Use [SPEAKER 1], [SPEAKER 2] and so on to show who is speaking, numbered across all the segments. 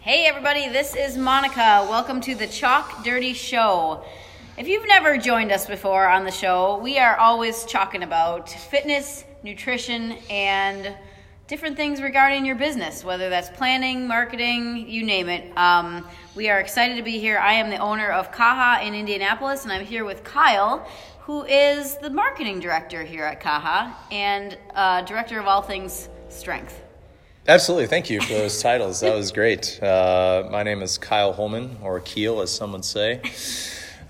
[SPEAKER 1] Hey, everybody, this is Monica. Welcome to the Chalk Dirty Show. If you've never joined us before on the show, we are always talking about fitness, nutrition, and different things regarding your business, whether that's planning, marketing, you name it. Um, we are excited to be here. I am the owner of Kaha in Indianapolis, and I'm here with Kyle, who is the marketing director here at Kaha and uh, director of all things strength.
[SPEAKER 2] Absolutely. Thank you for those titles. That was great. Uh, my name is Kyle Holman, or Keel, as some would say.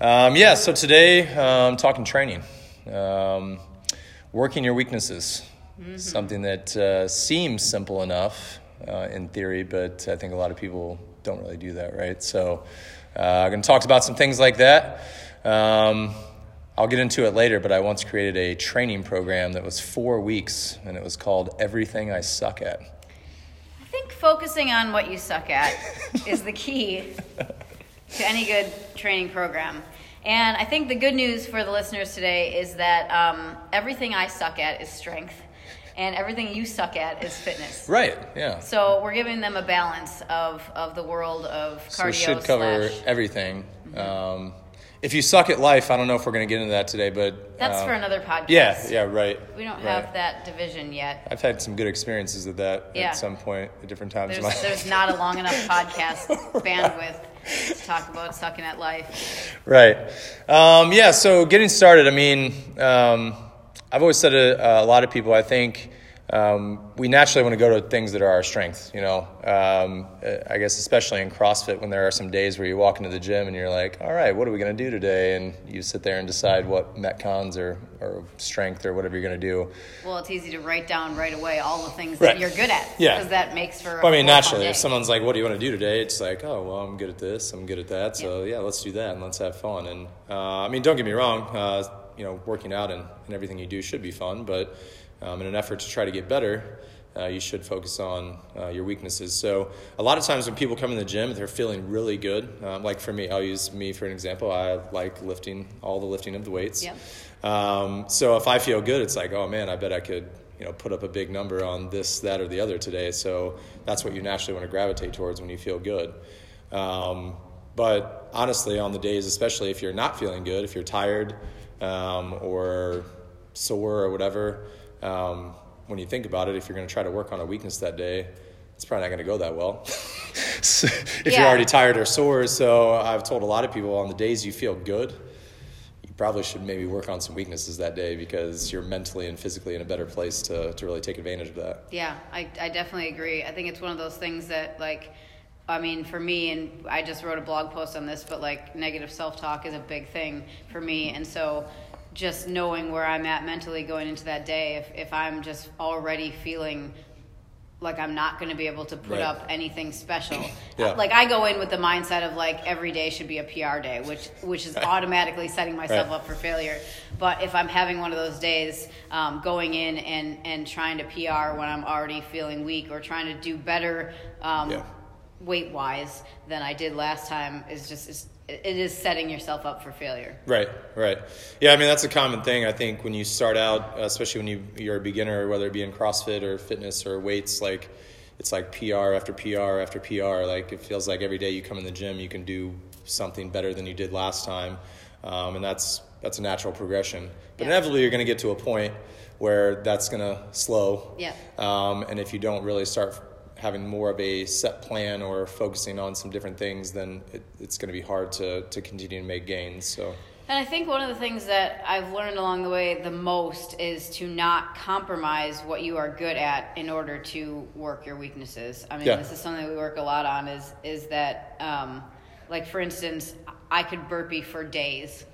[SPEAKER 2] Um, yeah, so today uh, I'm talking training, um, working your weaknesses. Something that uh, seems simple enough uh, in theory, but I think a lot of people don't really do that, right? So uh, I'm going to talk about some things like that. Um, I'll get into it later, but I once created a training program that was four weeks, and it was called Everything I Suck At.
[SPEAKER 1] I think focusing on what you suck at is the key to any good training program. And I think the good news for the listeners today is that um, everything I suck at is strength, and everything you suck at is fitness.
[SPEAKER 2] Right, yeah.
[SPEAKER 1] So we're giving them a balance of, of the world of cardio.
[SPEAKER 2] So we should cover
[SPEAKER 1] slash-
[SPEAKER 2] everything. Um, if you suck at life, I don't know if we're going to get into that today, but
[SPEAKER 1] That's
[SPEAKER 2] um,
[SPEAKER 1] for another podcast.
[SPEAKER 2] yeah, yeah, right.
[SPEAKER 1] We don't
[SPEAKER 2] right.
[SPEAKER 1] have that division yet.
[SPEAKER 2] I've had some good experiences of that
[SPEAKER 1] Yeah.
[SPEAKER 2] at some point at different times. in
[SPEAKER 1] There's,
[SPEAKER 2] my
[SPEAKER 1] there's not a long enough podcast bandwidth to talk about sucking at life.
[SPEAKER 2] Right. Um, yeah. So getting started. I mean, um, I've always said to uh, a lot of people, I think um, we naturally want to go to things that are our strengths. You know, um, uh, I guess especially in CrossFit, when there are some days where you walk into the gym and you're like, "All right, what are we going to do today?" and you sit there and decide what metcons or or strength or whatever you're going to do.
[SPEAKER 1] Well, it's easy to write down right away all the things
[SPEAKER 2] Right.
[SPEAKER 1] that you're good at.
[SPEAKER 2] Yeah.
[SPEAKER 1] Because that makes for. a
[SPEAKER 2] Well, I
[SPEAKER 1] full-on
[SPEAKER 2] mean, naturally,
[SPEAKER 1] day.
[SPEAKER 2] if someone's like, "What do you want to do today?" It's like, "Oh, well, I'm good at this. I'm good at that. So yeah, let's do that and let's have fun." And uh, I mean, don't get me wrong. Uh, you know, working out and, and everything you do should be fun, but um, in an effort to try to get better, uh, you should focus on uh, your weaknesses. So a lot of times when people come in the gym, they're feeling really good. Um, like for me, I'll use me for an example. I like lifting all the lifting of the weights.
[SPEAKER 1] Yep.
[SPEAKER 2] Um, so if I feel good, it's like, oh man, I bet I could, you know, put up a big number on this, that, or the other today. So that's what you naturally want to gravitate towards when you feel good. Um, but honestly, on the days, especially if you're not feeling good, if you're tired um, or sore or whatever, um, when you think about it, if you're going to try to work on a weakness that day, it's probably not going to go that well. So, if you're
[SPEAKER 1] Yeah.
[SPEAKER 2] already tired or sore, so I've told a lot of people on the days you feel good, you probably should maybe work on some weaknesses that day because you're mentally and physically in a better place to, to really take advantage of that.
[SPEAKER 1] Yeah, I, I definitely agree. I think it's one of those things that, like, I mean, for me, and I just wrote a blog post on this, but like, negative self talk is a big thing for me. And so, just knowing where I'm at mentally going into that day, if, if I'm just already feeling like I'm not going to be able to put
[SPEAKER 2] Right.
[SPEAKER 1] up anything special.
[SPEAKER 2] Yeah.
[SPEAKER 1] Like I go in with the mindset of like every day should be a PR day, which which is automatically setting myself
[SPEAKER 2] Right.
[SPEAKER 1] up for failure. But if I'm having one of those days, um, going in and and trying to PR when I'm already feeling weak or trying to do better um,
[SPEAKER 2] Yeah.
[SPEAKER 1] weight wise than I did last time is just is, it is setting yourself up for failure.
[SPEAKER 2] Right, right. Yeah, I mean that's a common thing. I think when you start out, especially when you you're a beginner, whether it be in CrossFit or fitness or weights, like it's like PR after PR after PR. Like it feels like every day you come in the gym, you can do something better than you did last time, um, and that's that's a natural progression. But
[SPEAKER 1] Yeah.
[SPEAKER 2] inevitably, you're going to get to a point where that's going to slow.
[SPEAKER 1] Yeah.
[SPEAKER 2] Um, and if you don't really start having more of a set plan or focusing on some different things, then it, it's going to be hard to to continue to make gains. So.
[SPEAKER 1] And I think one of the things that I've learned along the way the most is to not compromise what you are good at in order to work your weaknesses. I mean,
[SPEAKER 2] Yeah.
[SPEAKER 1] this is something we work a lot on. Is is that um, like for instance, I could burpee for days.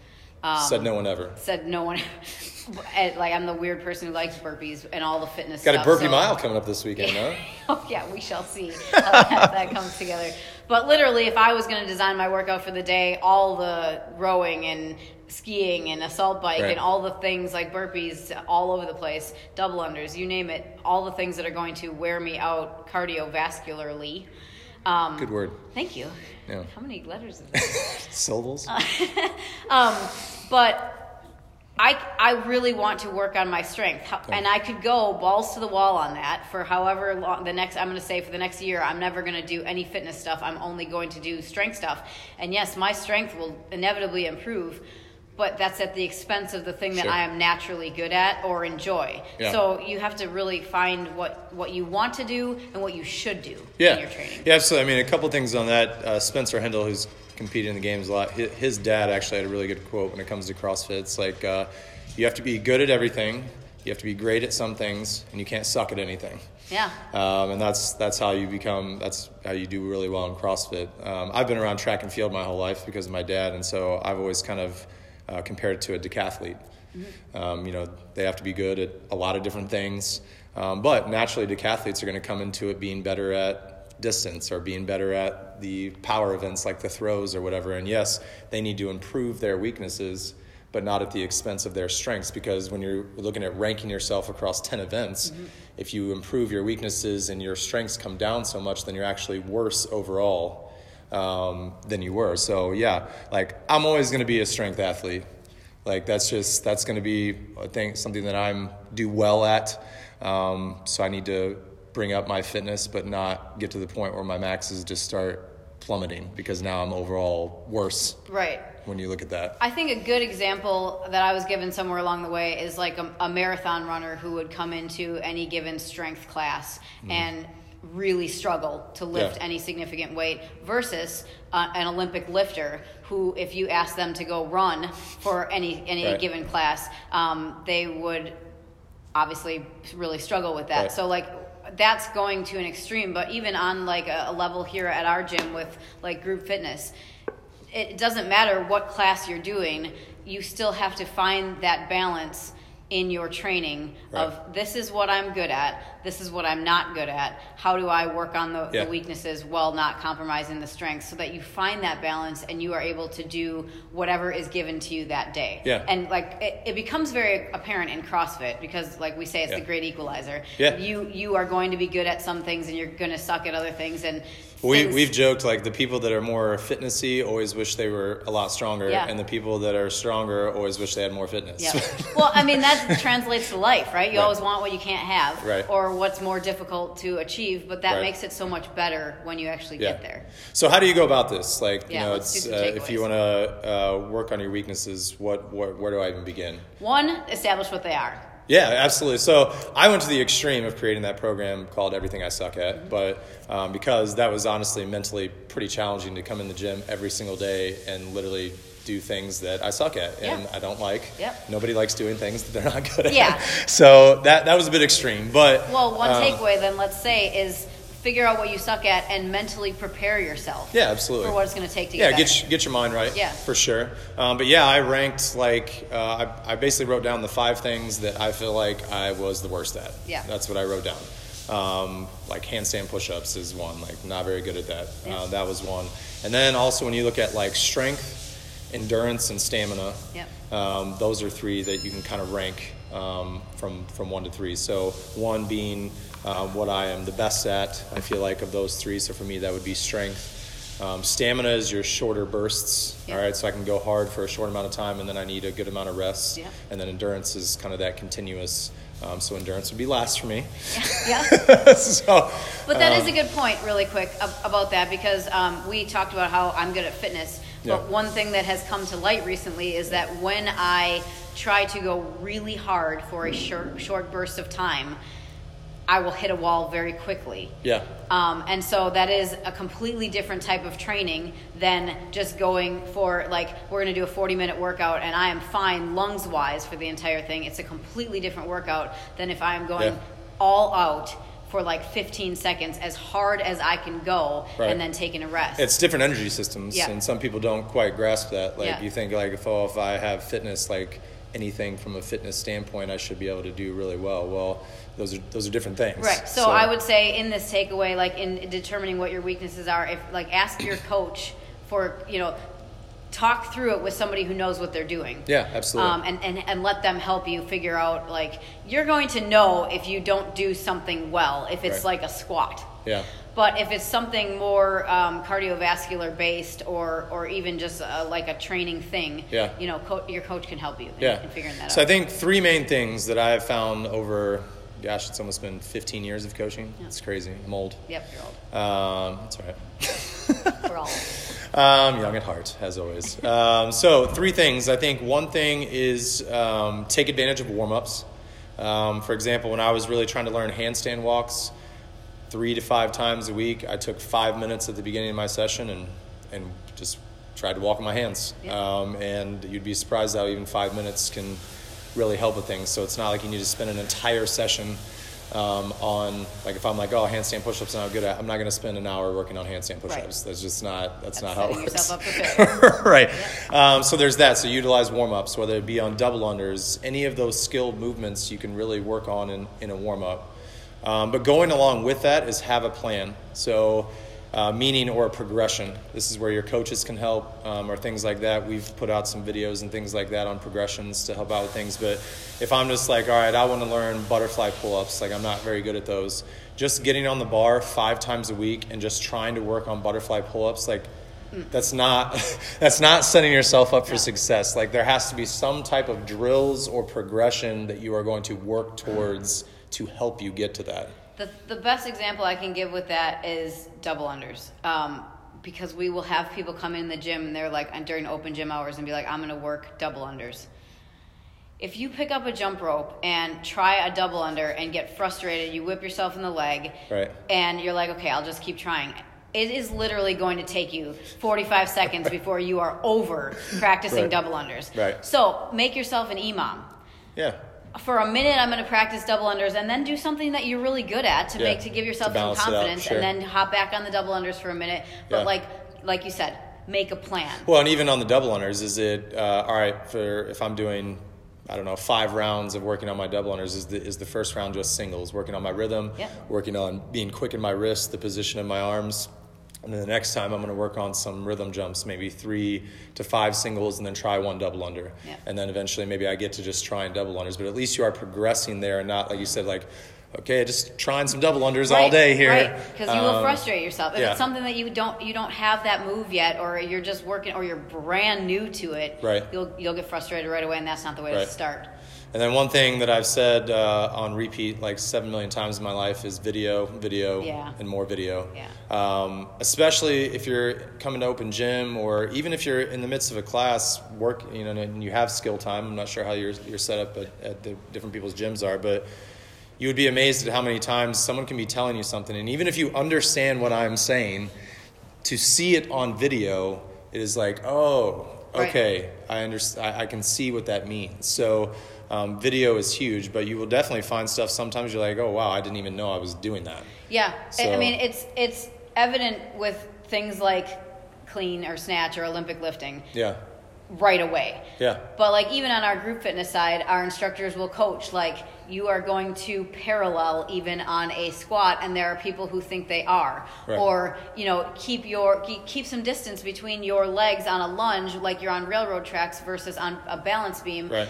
[SPEAKER 1] Um,
[SPEAKER 2] Said no one ever.
[SPEAKER 1] Said no one. and, like I'm the weird person who likes burpees and all the fitness.
[SPEAKER 2] Got a
[SPEAKER 1] stuff,
[SPEAKER 2] burpee
[SPEAKER 1] so-
[SPEAKER 2] mile coming up this weekend, huh?
[SPEAKER 1] oh yeah, we shall see how that, that comes together. But literally, if I was going to design my workout for the day, all the rowing and skiing and assault bike
[SPEAKER 2] Right.
[SPEAKER 1] and all the things like burpees all over the place, double unders, you name it, all the things that are going to wear me out cardiovascularly. Um,
[SPEAKER 2] Good word.
[SPEAKER 1] Thank you.
[SPEAKER 2] Yeah.
[SPEAKER 1] Uh, How many letters is that?
[SPEAKER 2] Syllables?
[SPEAKER 1] Um, but I, I really want to work on my strength. How- And I could go balls to the wall on that for however long the next, I'm going to say for the next year, I'm never going to do any fitness stuff. I'm only going to do strength stuff. And yes, my strength will inevitably improve, but that's at the expense of the thing that
[SPEAKER 2] Sure.
[SPEAKER 1] I am naturally good at or enjoy.
[SPEAKER 2] Yeah.
[SPEAKER 1] So you have to really find what, what you want to do and what you should do in your training.
[SPEAKER 2] Yeah, absolutely. I mean, a couple things on that. Uh, Spencer Hendel, who's competed in the games a lot, his, his dad actually had a really good quote when it comes to CrossFit. It's like, uh, you have to be good at everything, you have to be great at some things, and you can't suck at anything.
[SPEAKER 1] Yeah.
[SPEAKER 2] Um, and that's that's how you become. That's how you do really well in CrossFit. Um, I've been around track and field my whole life because of my dad, and so I've always kind of uh, compared it to a decathlete. Um, you know, they have to be good at a lot of different things, um, but naturally, decathletes are going to come into it being better at distance or being better at the power events like the throws or whatever. And yes, they need to improve their weaknesses but not at the expense of their strengths. Because when you're looking at ranking yourself across 10 events, if you improve your weaknesses and your strengths come down so much, then you're actually worse overall um, than you were. So, yeah, like I'm always going to be a strength athlete. Like that's just that's going to be I think something that I'm do well at. Um, so I need to bring up my fitness, but not get to the point where my maxes just start plummeting because now I'm overall worse
[SPEAKER 1] Right.
[SPEAKER 2] when you look at that.
[SPEAKER 1] I think a good example that I was given somewhere along the way is like a, a marathon runner who would come into any given strength class and really struggle to lift
[SPEAKER 2] Mm-hmm. Yeah.
[SPEAKER 1] any significant weight versus uh, an Olympic lifter who, if you ask them to go run for any any
[SPEAKER 2] Right.
[SPEAKER 1] given class, um, they would obviously really struggle with that.
[SPEAKER 2] Right.
[SPEAKER 1] So like that's going to an extreme, but even on like a, a level here at our gym with like group fitness, it doesn't matter what class you're doing, you still have to find that balance in your training of
[SPEAKER 2] Right.
[SPEAKER 1] this is what I'm good at, this is what I'm not good at. How do I work on the,
[SPEAKER 2] Yeah.
[SPEAKER 1] the weaknesses while not compromising the strengths so that you find that balance and you are able to do whatever is given to you that day.
[SPEAKER 2] Yeah.
[SPEAKER 1] And like it, it becomes very apparent in CrossFit because like we say it's the
[SPEAKER 2] Yeah.
[SPEAKER 1] great equalizer.
[SPEAKER 2] Yeah.
[SPEAKER 1] You you are going to be good at some things and you're gonna suck at other things and
[SPEAKER 2] We,
[SPEAKER 1] things-
[SPEAKER 2] we've joked like the people that are more fitnessy always wish they were a lot stronger,
[SPEAKER 1] Yeah.
[SPEAKER 2] and the people that are stronger always wish they had more fitness.
[SPEAKER 1] Yeah. Well, I mean that translates to life, right? You
[SPEAKER 2] Right.
[SPEAKER 1] always want what you can't have
[SPEAKER 2] Right.
[SPEAKER 1] or what's more difficult to achieve, but that
[SPEAKER 2] Right.
[SPEAKER 1] makes it so much better when you actually
[SPEAKER 2] Yeah.
[SPEAKER 1] get there.
[SPEAKER 2] So how do you go about this? Like,
[SPEAKER 1] Yeah,
[SPEAKER 2] you know,
[SPEAKER 1] let's do
[SPEAKER 2] it's,
[SPEAKER 1] some
[SPEAKER 2] uh, if you
[SPEAKER 1] takeaways.
[SPEAKER 2] want to uh, work on your weaknesses, what, what where do I even begin?
[SPEAKER 1] One, establish what they are.
[SPEAKER 2] Yeah, absolutely. So I went to the extreme of creating that program called Everything I Suck At, but um, because that was honestly mentally pretty challenging to come in the gym every single day and literally do things that I suck at and
[SPEAKER 1] Yeah.
[SPEAKER 2] I don't like.
[SPEAKER 1] Yep.
[SPEAKER 2] Nobody likes doing things that they're not good at.
[SPEAKER 1] Yeah.
[SPEAKER 2] So that that was a bit extreme, but
[SPEAKER 1] Well, one
[SPEAKER 2] um,
[SPEAKER 1] takeaway then let's say is figure out what you suck at and mentally prepare yourself
[SPEAKER 2] Yeah, absolutely.
[SPEAKER 1] for what it's going to take to get
[SPEAKER 2] yeah,
[SPEAKER 1] better.
[SPEAKER 2] get your, get your mind right.
[SPEAKER 1] Yeah.
[SPEAKER 2] for sure. Um, but yeah, I ranked like uh, I, I basically wrote down the five things that I feel like I was the worst at.
[SPEAKER 1] Yeah.
[SPEAKER 2] that's what I wrote down. Um, like handstand push-ups is one. Like not very good at that. Uh, that was one. And then also when you look at like strength, endurance, and stamina.
[SPEAKER 1] Yep.
[SPEAKER 2] Um, those are three that you can kind of rank um, from from one to three. So one being um, what I am the best at, I feel like of those three. So for me, that would be strength. Um, stamina is your shorter bursts.
[SPEAKER 1] Yeah.
[SPEAKER 2] All right, so I can go hard for a short amount of time, and then I need a good amount of rest.
[SPEAKER 1] Yeah.
[SPEAKER 2] And then endurance is kind of that continuous. Um, so endurance would be last for me.
[SPEAKER 1] yeah.
[SPEAKER 2] so
[SPEAKER 1] But that is a good point, really quick, ab- about that because um, we talked about how I'm good at fitness.
[SPEAKER 2] Yeah.
[SPEAKER 1] But one thing that has come to light recently is that when I try to go really hard for a short, short burst of time, I will hit a wall very quickly.
[SPEAKER 2] yeah,
[SPEAKER 1] Um, and so that is a completely different type of training than just going for like we're going to do a 40 minute workout and I am fine lungs wise for the entire thing. It's a completely different workout than if I am going
[SPEAKER 2] Yeah.
[SPEAKER 1] all out for like 15 seconds as hard as I can go
[SPEAKER 2] Right.
[SPEAKER 1] and then taking a rest.
[SPEAKER 2] it's different energy systems,
[SPEAKER 1] Yeah.
[SPEAKER 2] and some people don't quite grasp that. Like
[SPEAKER 1] Yeah.
[SPEAKER 2] you think like if oh if I have fitness like anything from a fitness standpoint, I should be able to do really well. Well, those are those are different things.
[SPEAKER 1] Right. So, I would say in this takeaway, like in determining what your weaknesses are, if like ask your coach for you know, talk through it with somebody who knows what they're doing.
[SPEAKER 2] Yeah, absolutely.
[SPEAKER 1] Um, and, and and let them help you figure out like you're going to know if you don't do something well if it's
[SPEAKER 2] Right.
[SPEAKER 1] like a squat.
[SPEAKER 2] Yeah.
[SPEAKER 1] But if it's something more um, cardiovascular based, or or even just uh like a training thing,
[SPEAKER 2] Yeah.
[SPEAKER 1] you know, co- your coach can help you in,
[SPEAKER 2] yeah.
[SPEAKER 1] in figuring that
[SPEAKER 2] so I
[SPEAKER 1] out.
[SPEAKER 2] think three main things that I have found over, gosh, it's almost been 15 years of coaching. It's crazy. I'm old.
[SPEAKER 1] yep, you're old.
[SPEAKER 2] Um, it's all right.
[SPEAKER 1] We're all old.
[SPEAKER 2] Um, young at heart, as always. Um, so, three things. I think one thing is um, take advantage of warm ups. Um, for example, when I was really trying to learn handstand walks three to five times a week, I took five minutes at the beginning of my session and, and just tried to walk on my hands.
[SPEAKER 1] Yeah.
[SPEAKER 2] Um, and you'd be surprised how even five minutes can really help with things. So, it's not like you need to spend an entire session. Um, on like if I'm like oh handstand push-ups and I'm good at I'm not gonna spend an hour working on handstand push-ups that's just not that's, not how it
[SPEAKER 1] setting
[SPEAKER 2] works
[SPEAKER 1] yourself up for
[SPEAKER 2] right. Um, so there's that. So utilize warm ups, whether it be on double unders, any of those skilled movements you can really work on in, in a warm up. Um, but going along with that is have a plan. So, uh, meaning or a progression. This is where your coaches can help um, or things like that. We've put out some videos and things like that on progressions to help out with things. But if I'm just like, all right, I want to learn butterfly pull ups, like I'm not very good at those, just getting on the bar five times a week and just trying to work on butterfly pull ups, like, that's not that's not setting yourself up for success like there has to be some type of drills or progression that you are going to work towards to help you get to that
[SPEAKER 1] The, the best example I can give with that is double unders. Um, because we will have people come in the gym and they're like, and during open gym hours, and be like, I'm going to work double unders. If you pick up a jump rope and try a double under and get frustrated, you whip yourself in the leg,
[SPEAKER 2] Right.
[SPEAKER 1] and you're like, okay, I'll just keep trying. It is literally going to take you 45 seconds before you are over practicing
[SPEAKER 2] Right.
[SPEAKER 1] double unders.
[SPEAKER 2] Right.
[SPEAKER 1] So make yourself an imam
[SPEAKER 2] yeah
[SPEAKER 1] for a minute i'm going to practice double unders and then do something that you're really good at to
[SPEAKER 2] Yeah,
[SPEAKER 1] make to give yourself
[SPEAKER 2] to
[SPEAKER 1] some
[SPEAKER 2] balance it out,
[SPEAKER 1] confidence
[SPEAKER 2] sure.
[SPEAKER 1] and then hop back on the double unders for a minute but
[SPEAKER 2] Yeah.
[SPEAKER 1] like like you said make a plan
[SPEAKER 2] well and even on the double unders is it uh, all right for if i'm doing i don't know five rounds of working on my double unders is the, is the first round just singles working on my rhythm
[SPEAKER 1] Yeah.
[SPEAKER 2] working on being quick in my wrist the position of my arms and then the next time i'm going to work on some rhythm jumps maybe three to five singles and then try one double under
[SPEAKER 1] Yeah.
[SPEAKER 2] and then eventually maybe I get to just try and double unders. But at least you are progressing there, and not like you said, like okay, just trying some double unders all
[SPEAKER 1] Right,
[SPEAKER 2] day here.
[SPEAKER 1] right because you will
[SPEAKER 2] Um,
[SPEAKER 1] frustrate yourself if
[SPEAKER 2] yeah.
[SPEAKER 1] it's something that you don't you don't have that move yet or you're just working or you're brand new to it
[SPEAKER 2] Right.
[SPEAKER 1] you'll you'll get frustrated right away and that's not the way
[SPEAKER 2] Right.
[SPEAKER 1] to start
[SPEAKER 2] And then one thing that I've said uh, on repeat like seven million times in my life is video, video,
[SPEAKER 1] Yeah.
[SPEAKER 2] and more video.
[SPEAKER 1] Yeah.
[SPEAKER 2] Um, especially if you're coming to open gym, or even if you're in the midst of a class, work, you know, and you have skill time. I'm not sure how your your setup at, at the different people's gyms are, but you would be amazed at how many times someone can be telling you something, and even if you understand what I'm saying, to see it on video, it is like, oh,
[SPEAKER 1] Right.
[SPEAKER 2] okay, I understand. I, I can see what that means. So, um, video is huge, but you will definitely find stuff. Sometimes you're like, oh wow, I didn't even know I was doing that.
[SPEAKER 1] Yeah, I I
[SPEAKER 2] So-
[SPEAKER 1] mean it's it's evident with things like clean or snatch or Olympic lifting
[SPEAKER 2] Yeah,
[SPEAKER 1] right away.
[SPEAKER 2] yeah,
[SPEAKER 1] But like even on our group fitness side, our instructors will coach like you are going to parallel even on a squat, and there are people who think they are,
[SPEAKER 2] Right.
[SPEAKER 1] or you know keep your keep- keep some distance between your legs on a lunge, like you're on railroad tracks versus on a balance beam.
[SPEAKER 2] Right.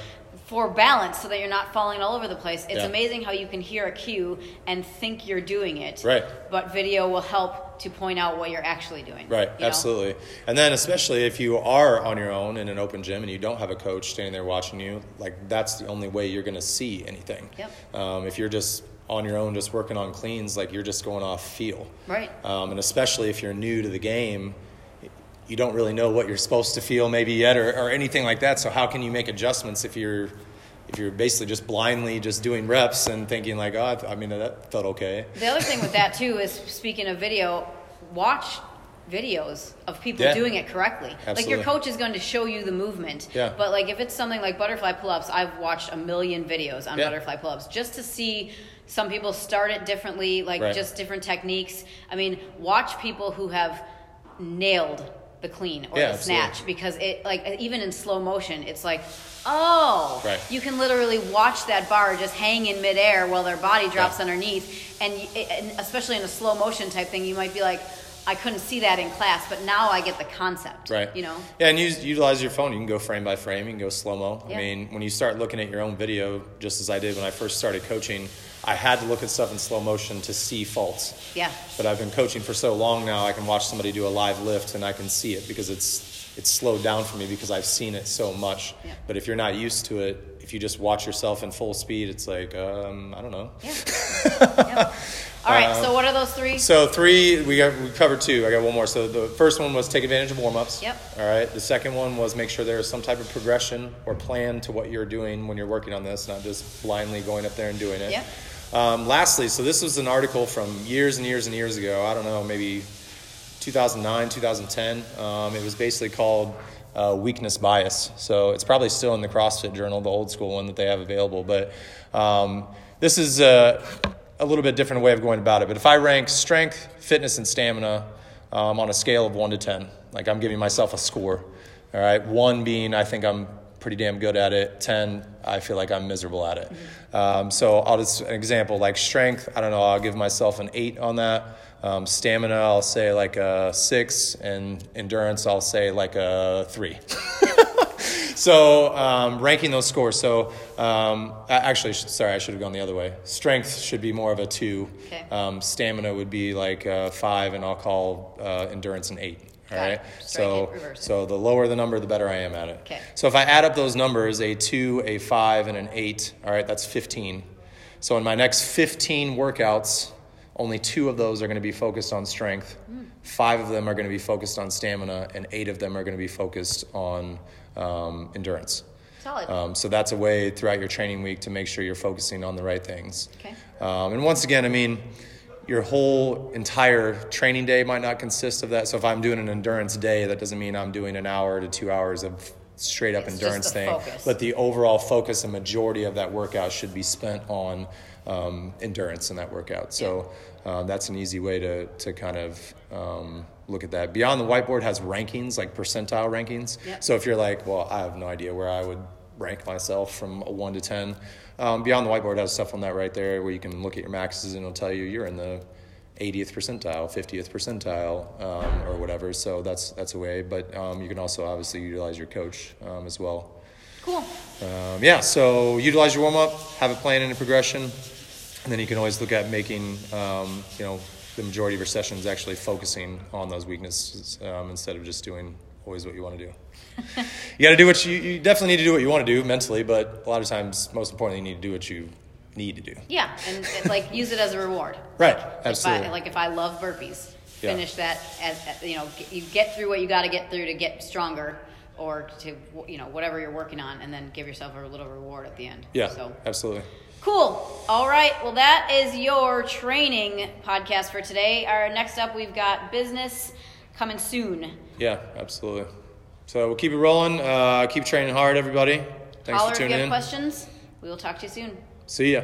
[SPEAKER 1] For balance, so that you're not falling all over the place. It's
[SPEAKER 2] Yeah.
[SPEAKER 1] amazing how you can hear a cue and think you're doing it.
[SPEAKER 2] Right.
[SPEAKER 1] But video will help to point out what you're actually doing.
[SPEAKER 2] right,
[SPEAKER 1] you know?
[SPEAKER 2] absolutely. And then especially if you are on your own in an open gym and you don't have a coach standing there watching you, like that's the only way you're going to see anything.
[SPEAKER 1] Yep.
[SPEAKER 2] Um, if you're just on your own, just working on cleans, like you're just going off feel.
[SPEAKER 1] Right.
[SPEAKER 2] um, and especially if you're new to the game you don't really know what you're supposed to feel maybe yet or, or anything like that so how can you make adjustments if you're if you're basically just blindly just doing reps and thinking like oh i, th- I mean that felt okay
[SPEAKER 1] The other thing with that too is speaking of video, watch videos of people
[SPEAKER 2] Yeah.
[SPEAKER 1] doing it correctly. Like your
[SPEAKER 2] Absolutely.
[SPEAKER 1] coach is going to show you the movement.
[SPEAKER 2] Yeah.
[SPEAKER 1] But like if it's something like butterfly pull-ups, I've watched a million videos on
[SPEAKER 2] Yeah.
[SPEAKER 1] butterfly pull-ups just to see some people start it differently, like
[SPEAKER 2] Right.
[SPEAKER 1] just different techniques. I mean, watch people who have nailed the clean or
[SPEAKER 2] Yeah,
[SPEAKER 1] the snatch
[SPEAKER 2] absolutely.
[SPEAKER 1] because it like even in slow motion it's like oh
[SPEAKER 2] Right.
[SPEAKER 1] you can literally watch that bar just hang in midair while their body drops
[SPEAKER 2] Yeah.
[SPEAKER 1] underneath and, y- eh, and especially in a slow motion type thing you might be like i couldn't see that in class but now i get the concept
[SPEAKER 2] right
[SPEAKER 1] you know
[SPEAKER 2] yeah and use utilize your phone you can go frame by frame you can go slow mo
[SPEAKER 1] Yeah.
[SPEAKER 2] i mean when you start looking at your own video just as i did when i first started coaching I had to look at stuff in slow motion to see faults.
[SPEAKER 1] Yeah.
[SPEAKER 2] But I've been coaching for so long now, I can watch somebody do a live lift and I can see it because it's it's slowed down for me because I've seen it so much.
[SPEAKER 1] Yeah.
[SPEAKER 2] But if you're not used to it, if you just watch yourself in full speed, it's like um, I don't know.
[SPEAKER 1] Yeah. Yep. All right. so what are those three?
[SPEAKER 2] Um, So three, we got we covered two. I got one more. So the first one was take advantage of warm ups.
[SPEAKER 1] Yep.
[SPEAKER 2] All right. The second one was make sure there is some type of progression or plan to what you're doing when you're working on this, not just blindly going up there and doing it.
[SPEAKER 1] Yep.
[SPEAKER 2] Um, lastly, so this was an article from years and years and years ago. I don't know, maybe 2009, 2010. Um, it was basically called uh, Weakness Bias. So it's probably still in the CrossFit Journal, the old school one that they have available. But um, this is a, a little bit different way of going about it. But if I rank strength, fitness, and stamina um, on a scale of 1 to 10, like I'm giving myself a score, all right, 1 being I think I'm pretty damn good at it. 10, I feel like I'm miserable at it.
[SPEAKER 1] Mm-hmm.
[SPEAKER 2] Um, so I'll just, an example, like strength, I don't know, I'll give myself an eight on that. Um, stamina, I'll say like a six, and endurance, I'll say like a three. so um, ranking those scores. So um, a- actually, sh- sorry, I should have gone the other way. Strength should be more of a two.
[SPEAKER 1] Okay.
[SPEAKER 2] Um, stamina would be like uh, five, and I'll call uh, endurance an eight. All
[SPEAKER 1] Got
[SPEAKER 2] right.
[SPEAKER 1] it. Strike
[SPEAKER 2] So
[SPEAKER 1] it, reverse it.
[SPEAKER 2] so the lower the number, the better I am at it.
[SPEAKER 1] Okay.
[SPEAKER 2] So if I add up those numbers, a two, a five, and an eight, all right, that's 15. So in my next 15 workouts, only two of those are going to be focused on strength,
[SPEAKER 1] Hmm.
[SPEAKER 2] five of them are going to be focused on stamina, and eight of them are going to be focused on um, endurance.
[SPEAKER 1] Solid.
[SPEAKER 2] Um, so that's a way throughout your training week to make sure you're focusing on the right things.
[SPEAKER 1] Okay.
[SPEAKER 2] Um, and once again, I mean, your whole entire training day might not consist of that. So if I'm doing an endurance day, that doesn't mean I'm doing an hour to two hours of straight up
[SPEAKER 1] It's just
[SPEAKER 2] endurance
[SPEAKER 1] the
[SPEAKER 2] thing.
[SPEAKER 1] focus.
[SPEAKER 2] But the overall focus and majority of that workout should be spent on um, endurance in that workout. So uh, that's an easy way to, to kind of um, look at that. Beyond the whiteboard has rankings, like percentile rankings.
[SPEAKER 1] Yep.
[SPEAKER 2] So if you're like, well, I have no idea where I would rank myself from a one to 10, um, Beyond the Whiteboard has stuff on that right there where you can look at your maxes and it'll tell you you're in the 80th percentile, 50th percentile, um, or whatever. So that's, that's a way. But um, you can also obviously utilize your coach um, as well.
[SPEAKER 1] cool.
[SPEAKER 2] Um, yeah, so utilize your warm up, have a plan and a progression, and then you can always look at making, um, you know, the majority of your sessions actually focusing on those weaknesses um, instead of just doing always what you want to do. you got to do what you, you definitely need to do what you want to do mentally, but a lot of times, most importantly, you need to do what you need to do.
[SPEAKER 1] Yeah, and it, like use it as a reward.
[SPEAKER 2] Right,
[SPEAKER 1] If I,
[SPEAKER 2] absolutely.
[SPEAKER 1] like if I love burpees,
[SPEAKER 2] Yeah.
[SPEAKER 1] finish that as as- you know g- you get through what you got to get through to get stronger or to you know whatever you're working on, and then give yourself a little reward at the end.
[SPEAKER 2] yeah,
[SPEAKER 1] So
[SPEAKER 2] absolutely.
[SPEAKER 1] Cool. All right. Well, that is your training podcast for today. Our next up, we've got business coming soon.
[SPEAKER 2] Yeah, absolutely. So we'll keep it rolling. Uh, keep training hard, everybody. Thanks
[SPEAKER 1] Holler
[SPEAKER 2] for
[SPEAKER 1] if you
[SPEAKER 2] tuning
[SPEAKER 1] have
[SPEAKER 2] in.
[SPEAKER 1] questions. We will talk to you soon.
[SPEAKER 2] See ya.